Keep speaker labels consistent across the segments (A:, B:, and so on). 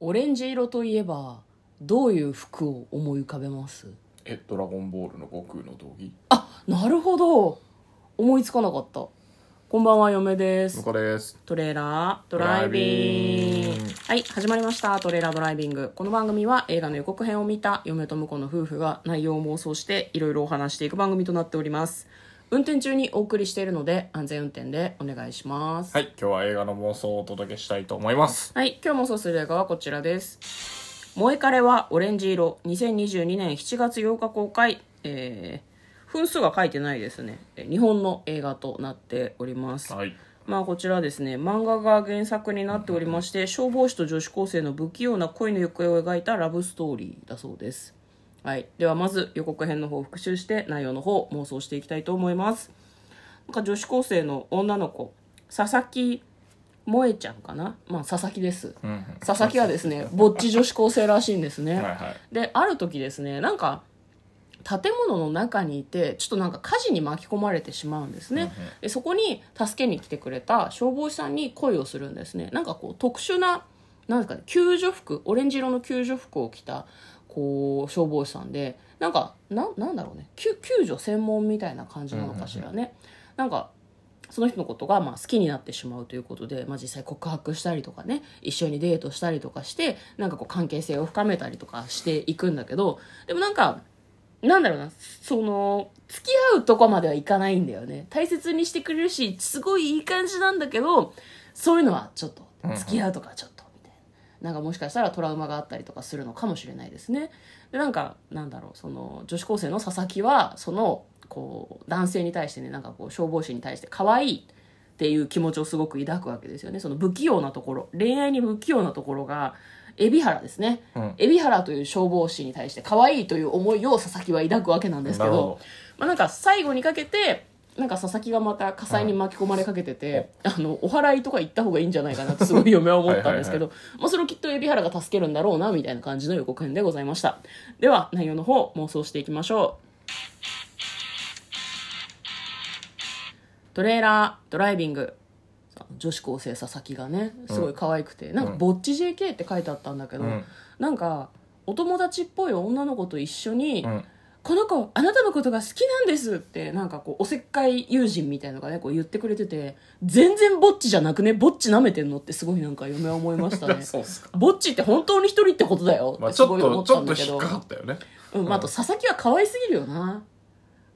A: オレンジ色といえばどういう服を思い浮かべます
B: えドラゴンボールの悟空の道着
A: あなるほど思いつかなかったこんばんは嫁です
B: 向こうです
A: トレーラードライビング
B: ドライビング
A: はい始まりましたトレーラードライビングこの番組は映画の予告編を見た嫁と婿の夫婦が内容を妄想していろいろお話していく番組となっております運転中にお送りしているので安全運転でお願いします
B: はい今日は映画の妄想をお届けしたいと思います
A: はい、今日もそうする映画はこちらです。萌え枯れはオレンジ色、2022年7月8日公開、えー、分数が書いてないですね。えー日本の映画となっております。
B: はい
A: まあこちらですね、漫画が原作になっておりまして、消防士と女子高生の不器用な恋の行方を描いたラブストーリーだそうです。はい、ではまず予告編の方を復習して内容の方を妄想していきたいと思います。なんか女子高生の女の子、佐々木萌えちゃんかなまあ佐々木です。
B: うん
A: 佐々木はですね、ぼっち女子高生らしいんですね。
B: はいはい
A: である時ですねなんか建物の中にいてちょっとなんか火事に巻き込まれてしまうんですね、でそこに助けに来てくれた消防士さんに恋をするんですねなんかこう特殊ななんですかね救助服オレンジ色の救助服を着たこう消防士さんでなんかななんだろうね救救助専門みたいな感じなのかしらね、なんかその人のことがまあ好きになってしまうということで、まあ、実際告白したりとかね一緒にデートしたりとかしてなんかこう関係性を深めたりとかしていくんだけどでもなんかなんだろうなその付き合うとこまではいかないんだよね大切にしてくれるしすごいいい感じなんだけどそういうのはちょっと
B: うんうん
A: 付き合うとかはちょっとみたいななんかもしかしたらトラウマがあったりとかするのかもしれないですねでなんかなんだろうその女子高生の佐々木はそのこう男性に対してねなんかこう消防士に対して可愛いっていう気持ちをすごく抱くわけですよねその不器用なところ恋愛に不器用なところが海老原ですね、
B: うん
A: 海老原という消防士に対して可愛いという思いを佐々木は抱くわけなんですけど
B: なるほ
A: まあ、なんか最後にかけてなんか佐々木がまた火災に巻き込まれかけてて、あのお祓いとか行った方がいいんじゃないかなってすごい 嫁は思ったんですけどまあ、それをきっと海老原が助けるんだろうなみたいな感じの予告編でございましたでは内容の方妄想していきましょうトレーラードライビングさ女子高生佐々木がねすごい可愛くて、なんか「ぼっち JK」って書いてあったんだけど、
B: うん
A: なんかお友達っぽい女の子と一緒に、
B: うん
A: この子あなたのことが好きなんですってなんかこうおせっかい友人みたいのがねこう言ってくれてて全然ぼっちじゃなくねぼっち舐めてんのってすごいなんか嫁は思いました ね
B: そうっすか
A: ぼっちって本当に一人ってことだよっ
B: まあ
A: て
B: ち
A: す
B: ょ
A: ご
B: っ
A: い思
B: と
A: っ
B: ち
A: た
B: ょ
A: ん
B: っ
A: だ
B: と
A: け
B: 引
A: ど
B: っかかったよね
A: うんまああと佐々木は可愛すぎるよな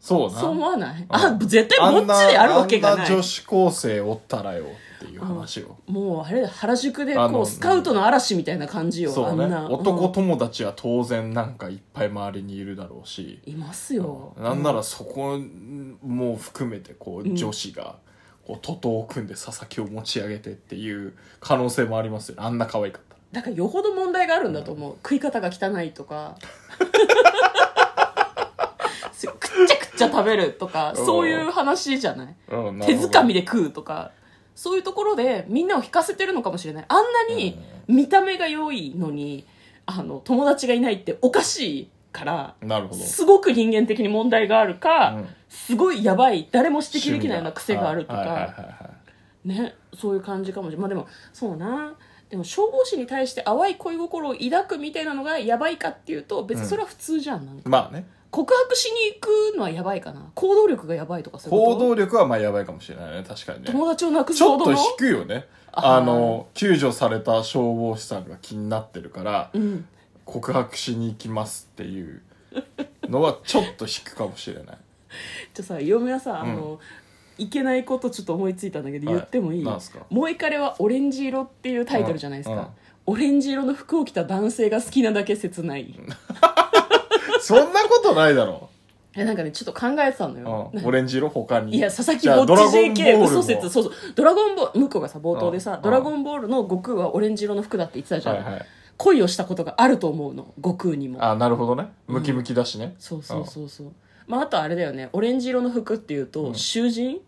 B: そうな
A: そう思わないあ絶対ぼっちであるわけが
B: あん
A: な
B: ない女子高生おったらよっていう話を、
A: もうあれだ原宿で
B: あ
A: こ
B: の
A: うスカウトの嵐みたいな感じよ
B: そ
A: あ
B: うんね
A: な
B: 男
A: うん
B: 友達は当然なんかいっぱい周りにいるだろうし、
A: いますよ
B: なんならそこも含めてこう女子がこう徒党を組んで佐々木を持ち上げてっていう可能性もありますよねあんな可愛かったら
A: だからよほど問題があるんだと思う、食い方が汚いとか そうくっちゃくっちゃ食べるとか
B: うん
A: そういう話じゃない
B: うんなる
A: 手
B: ほど
A: づかみで食うとかそういうところでみんなを引かせてるのかもしれないあんなに見た目が良いのにあの友達がいないっておかしいから
B: なるほど
A: すごく人間的に問題があるか、
B: うん
A: すごいやばい誰も指摘できないような癖があるとか、
B: はいはいはいは
A: ねそういう感じかもしれないまあでもそうなでも消防士に対して淡い恋心を抱くみたいなのがやばいかっていうと別にそれは普通じゃん,、なんか
B: いまあね
A: 告白しに行くのはやばいかな行動力がやばいとかそういうこ
B: 行
A: と
B: 動力はまあやばいかもしれないね確かにね
A: 友達をなくす
B: ちょ
A: ほ
B: っ
A: ど
B: と
A: の
B: 引くよね
A: あー
B: あの救助された消防士さんが気になってるから
A: うん、
B: 告白しに行きますっていうのはちょっと引くかもしれない
A: じゃあさ嫁はさ、あのいけないことちょっと思いついたんだけど
B: はい
A: 言ってもいい、
B: なんすか
A: 萌え彼はオレンジ色っていうタイトルじゃないですか、
B: うんうん
A: オレンジ色の服を着た男性が好きなだけ切ない、
B: そんなことないだろ
A: えなんかねちょっと考えてたの
B: う
A: よ、
B: うんオレンジ色他に
A: いや、佐々木
B: じゃあ
A: ぼっち JK
B: ドラゴンボールも
A: 嘘説、そうそう。ドラゴンボール、向こうがさ、冒頭で
B: うん
A: さ
B: う、ん
A: ドラゴンボールの悟空はオレンジ色の服だって言ってたじゃん。
B: はいはい
A: 恋をしたことがあると思うの、悟空にも。
B: あなるほどねムキムキだしね、
A: そうそうそうそう。まあ、あとあれだよね、オレンジ色の服っていうと、囚人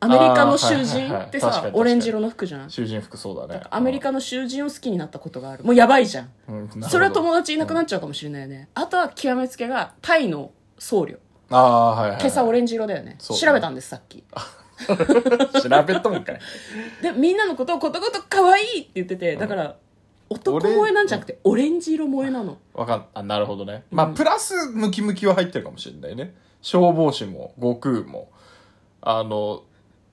A: ア
B: ー
A: メリカの囚人
B: はいはいはい
A: って
B: 確か
A: さ
B: に確、かに
A: オレンジ色の服じゃん。
B: 囚人服そうだね
A: アメリカの囚人を好きになったことがある。もうやばいじゃん。
B: うんうんなるほど
A: それは友達いなくなっちゃうかもしれないよね。あとは極めつけが、タイの僧侶。
B: ああはいはいはい
A: 今朝オレンジ色だよね。
B: そう
A: 調べたんです、さっき。
B: 調べとんかい
A: でみんなのことをことごとく可愛いって言っててだから、男萌えなんじゃなくてオレンジ色萌えなの
B: わかんあなるほどねまあ、プラスムキムキは入ってるかもしれないね消防士も悟空もあの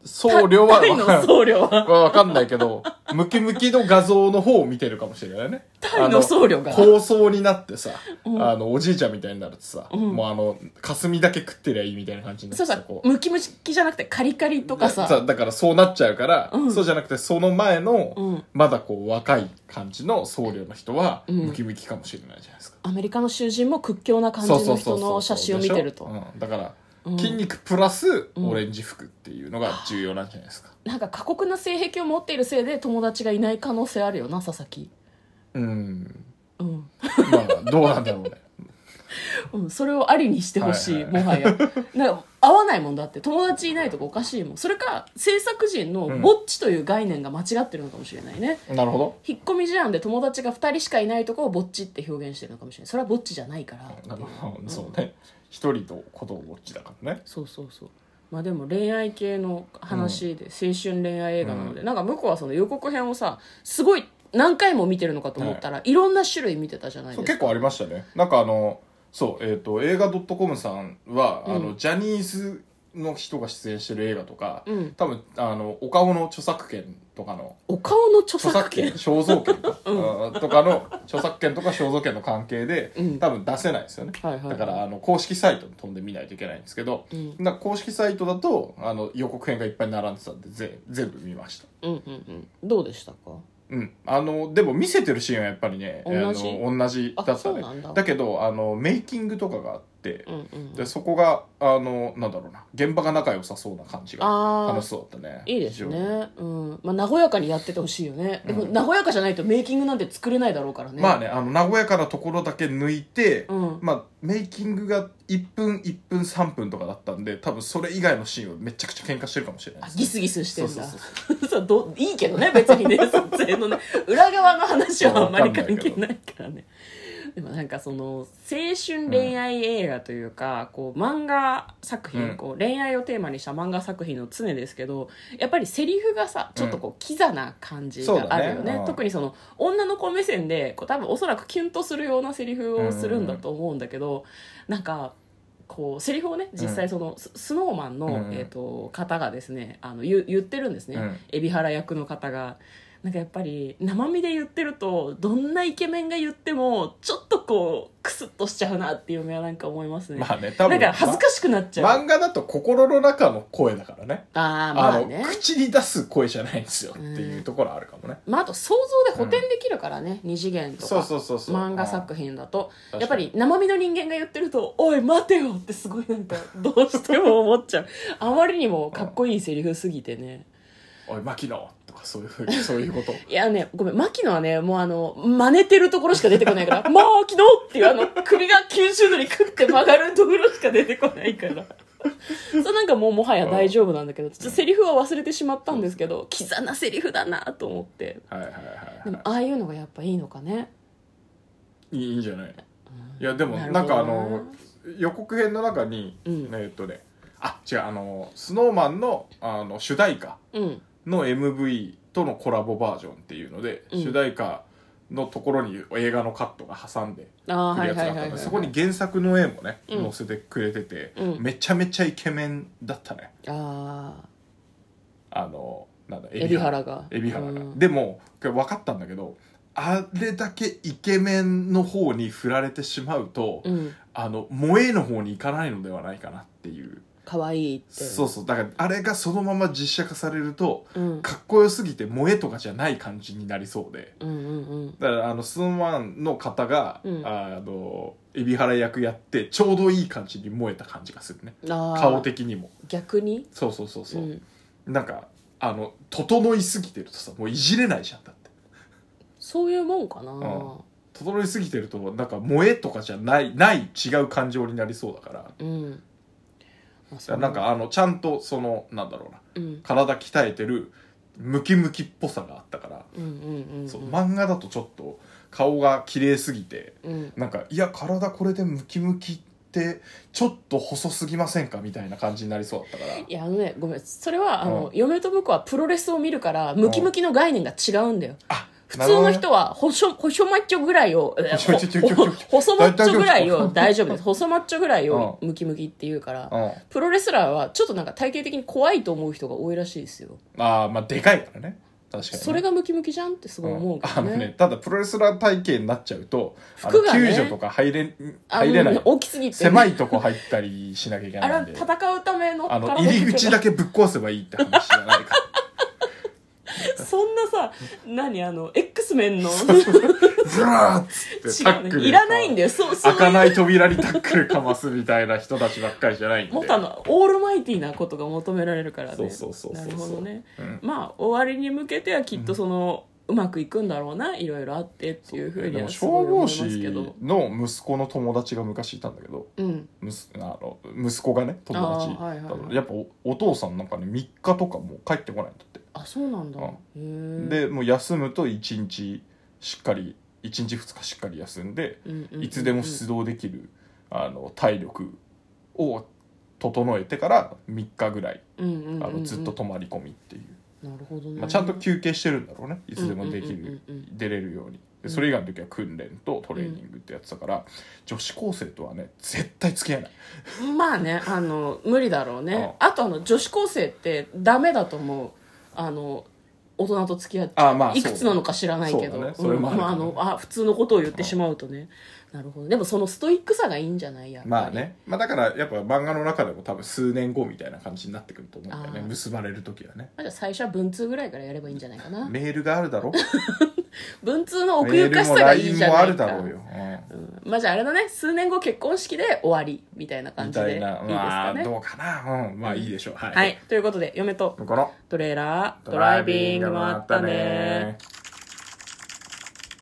B: 僧侶は
A: タイ
B: わか
A: の
B: ん
A: 僧侶 は
B: はわかんないけどムキムキの画像の方を見てるかもしれないね
A: タイの僧侶が
B: あの高層になってさ、あのおじいちゃんみたいになるとさ、
A: ん
B: もうあの霞だけ食ってりゃいいみたいな感じになっ
A: そう
B: てさ
A: さ
B: こう
A: ムキムキじゃなくてカリカリとかさ
B: だからそうなっちゃうから、
A: ん
B: そうじゃなくてその前の、
A: うん
B: まだこう若い感じの僧侶の人は、
A: うん
B: ムキムキかもしれないじゃないですか
A: アメリカの囚人も屈強な感じ
B: そうそ
A: の
B: うそ
A: 人
B: うそう
A: の写真を見てると、
B: でしょうんだから、
A: うん
B: 筋肉プラスオレンジ服っていうのが重要なんじゃないですか
A: なんか過酷な性癖を持っているせいで友達がいない可能性あるよな佐々木
B: うん
A: うん、
B: まあどうなんだろうね
A: うん、それをありにしてほしい、
B: はいはい
A: もはやなんか合わないもんだって友達いないとかおかしいもんそれか制作人のぼっちという概念が間違ってるのかもし れないね、
B: なるほ
A: 引っ込み思案で友達が2人しかいないとこをぼっちって表現してるのかもしれないそれはぼっちじゃないからっていう
B: ど、うん そうね一人と子供ぼっちだからね
A: そうそうそうまあでも恋愛系の話で青春恋愛映画なので、なんか向こうはその予告編をさすごい何回も見てるのかと思ったら、い、ろんな種類見てたじゃない
B: そう
A: ですか
B: 結構ありましたねなんかあのそうえっ、と映画 .com さんは、あ
A: う
B: のジャニーズの人が出演してる映画とか、
A: うん
B: 多分あのお顔の著作権とかの
A: お顔の著
B: 著
A: 作
B: 作
A: 権
B: 権肖像権 か、うんとかの著作権とか肖像権の関係で、
A: うん
B: 多分出せないですよね、
A: はいはいはい
B: だからあの公式サイトに飛んで見ないといけないんですけど、
A: うん
B: なんか公式サイトだとあの予告編がいっぱい並んでたんでぜ全部見ました
A: うんうんうんどうでしたか
B: うん、あのでも見せてるシーンはやっぱりね
A: 同じ
B: あの同じ
A: あ
B: だった
A: そう
B: ね
A: なんだ
B: けどあのメイキングとかがあって
A: う、んうん
B: でそこがあのなんだろうな現場が仲良さそうな感じが
A: あー
B: 楽しそうだったね
A: いいです
B: 非常に
A: ね、うんまあ、和やかにやっててほしいよね、でも
B: うん
A: 和やかじゃないとメイキングなんて作れないだろうからね
B: まあねあの和やかなところだけ抜いて、
A: うん
B: まあ、メイキングが1分1分3分とかだったんで多分それ以外のシーンはめちゃくちゃ喧嘩してるかもしれない
A: あ
B: です
A: ギスギスしてんだ
B: そう そう
A: そうどいいけどね別 にね撮影のね裏側の話はあんまり
B: わか
A: 関
B: んないけ
A: 係
B: ど
A: ないからねでもなんかその青春恋愛映画というか、こう漫画作品、
B: うん
A: こう恋愛をテーマにした漫画作品の常ですけどやっぱりセリフがさちょっとこうキザな感じがあるよ
B: そう
A: ね
B: だねうん
A: 特にその女の子目線でこう多分おそらくキュンとするようなセリフをするんだと思うんだけど、なんかこうセリフをね実際その、ススノーマンの、
B: うん
A: えー、と方がですねあの言言ってるんですね、
B: うん
A: 海老原役の方がなんかやっぱり生身で言ってるとどんなイケメンが言ってもちょっとこうクスッとしちゃうなっていうのはなんか思いますね、
B: まあね多分
A: なんか恥ずかしくなっちゃう、
B: 漫画だと心の中の声だからね
A: ああ
B: あ
A: まあ
B: の
A: ね
B: 口に出す声じゃないんですよっていうところあるかもね、
A: まあ、あと想像で補填できるからね、二次元とか
B: そうそうそうそう
A: 漫画作品だと
B: うん
A: やっぱり生身の人間が言ってると「おい待てよ!」ってすごいなんかどうしても思っちゃうあまりにもかっこいいセリフすぎてね
B: おい牧野とかそういうふうに そういうこと
A: いやねごめん牧野はねもうあの真似てるところしか出てこないから「 マーキノ!」っていうあの首が90度にクッて曲がるところしか出てこないから。 そうなんかもうもはや大丈夫なんだけどちょっとセリフは忘れてしまったんですけどキザなセリフだなと思って
B: はいはいは
A: で
B: い、
A: も
B: は
A: ああいうのがやっぱいいのかね
B: い、いいんじゃないいやでも
A: なるほど
B: なんかあの予告編の中に、
A: うん
B: えーっとねあ違うあのスノーマンのあの主題歌
A: うん
B: の MV とのコラボバージョンっていうので、
A: うん
B: 主題歌のところに映画のカットが挟んで
A: ああー
B: く
A: は
B: る
A: い
B: やつ
A: はい
B: だ
A: は
B: った
A: い、
B: ん
A: は
B: で
A: い、
B: そこに原作の絵もね、
A: うん
B: 載せてくれてて、
A: うん
B: めちゃめちゃイケメンだったね
A: ああ
B: あのなんだ
A: 海老原が
B: 海老原が、
A: うん
B: でもこれ分かったんだけどあれだけイケメンの方に振られてしまうと、
A: うん
B: あの萌えの方に行かないのではないかなっていう、
A: 可愛いって
B: そうそうだからあれがそのまま実写化されると
A: うん、
B: かっこよすぎて萌えとかじゃない感じになりそうで
A: うんうんうん
B: だからあのスーマンの方が、
A: うん
B: あの海老原役やってちょうどいい感じに萌えた感じがするね
A: あー
B: 顔的にも
A: 逆に
B: そうそうそうそう、
A: ん、
B: なんかあの整いすぎてるとさもういじれないじゃんだって
A: そういうもんかな、
B: 整いすぎてるとなんか萌えとかじゃないない違う感情になりそうだから
A: うんまあ
B: だからなん、かあのちゃんとそのなんだろうな
A: そううん、
B: 体鍛えてるムキムキっぽさがあったから、
A: うんうんうんうん
B: そう漫画だとちょっと顔が綺麗すぎて
A: うん
B: なんかいや体これでムキムキってちょっと細すぎませんかみたいな感じになりそうだったから
A: いやあのねごめんそれはあの、
B: う
A: 嫁と婿はプロレスを見るからムキムキの概念が違うんだよ
B: あ
A: 普通の人はほしょほしょマッチョぐらいをえ
B: ほしょマッチョ
A: ほほ細マッチョぐらいを大
B: 大
A: 丈夫 です細マッチョぐらいをムキムキって言うから、
B: うん
A: プロレスラーはちょっとなんか体型的に怖いと思う人が多いらしいですよ
B: ああまあでかいからね確かにね
A: それがムキムキじゃんってすごい思うけ
B: あ
A: ど
B: の
A: ね,、
B: ねただプロレスラー体型になっちゃうとあ
A: 服
B: の
A: がね
B: 救助とか入れ
A: あ
B: 入れな
A: も
B: いう
A: 大きすぎて
B: 狭いとこ入ったりしなきゃいけ
A: あれ
B: な
A: はい
B: んで
A: 戦うための
B: あの
A: 体
B: 入り口だけぶっ壊せばいいって話じゃない か
A: そんなさ何あの X メンの
B: ずらーっつって
A: 違
B: タッ
A: う
B: クル
A: ねいらないんだ
B: よ
A: よそうそう
B: 開
A: いう
B: かない扉にタックルかますみたいな人たちばっかりじゃないんで
A: もっとあのオールマイティーなことが求められるからね
B: そうそうそうそう
A: なるほどね、
B: うん
A: まあ終わりに向けてはきっとその、うまくいくんだろうないろいろあってっていうふうに
B: でも
A: はす
B: 消
A: ごい思い
B: 防
A: ま
B: 士
A: すけど
B: の息子の友達が昔いたんだけど
A: うん
B: むすあの息子がね友達だと
A: あーはいはいはい
B: やっぱおお父さんなんかね3日とかもう帰ってこないんだって
A: あそうなんだ
B: うん
A: へえ
B: でもう休むと1日しっかり1日2日しっかり休んで
A: うんうんうんうん
B: いつでも出動できるあの体力を整えてから3日ぐらい
A: うんうんうんうん
B: あのずっと泊まり込みっていう、
A: なるほどね、
B: まあ、ちゃんと休憩してるんだろうねいつでもでき
A: うんうん
B: る
A: うんうん
B: 出れるように
A: う
B: で
A: ん
B: それ以外の時は訓練とトレーニングってやってたから女子高生とはね絶対付き合えない
A: まあねあの無理だろうね
B: う
A: あとあの女子高生ってダメだと思うあの大人と付き合って
B: あーまあそう
A: いくつなのか知らないけど
B: そうだね
A: うん
B: それもある
A: まああのあ普通のことを言ってしまうとねなるほどでもそのストイックさがいいんじゃないやっぱり
B: まあね、まあ、だからやっぱ漫画の中でも多分数年後みたいな感じになってくると思うんだよね
A: あー
B: 結ばれる時はね
A: まあじゃあ最初は文通ぐらいからやればいいんじゃないかな
B: メールがある だろ
A: 文通の奥
B: メー
A: ゆか
B: ル
A: し
B: も
A: さがいい
B: LINE
A: じゃ
B: もあ
A: ない
B: る
A: か
B: だろうよ、
A: うんまあじゃああれだね数年後結婚式で終わりみたいな
B: うん、
A: 感
B: み
A: じ
B: た
A: でいい
B: い
A: です
B: な
A: か
B: まあ
A: ね
B: どうかなうんまあいいでしょうはい、
A: はいということで嫁と
B: この
A: トレーラードライビングもあったね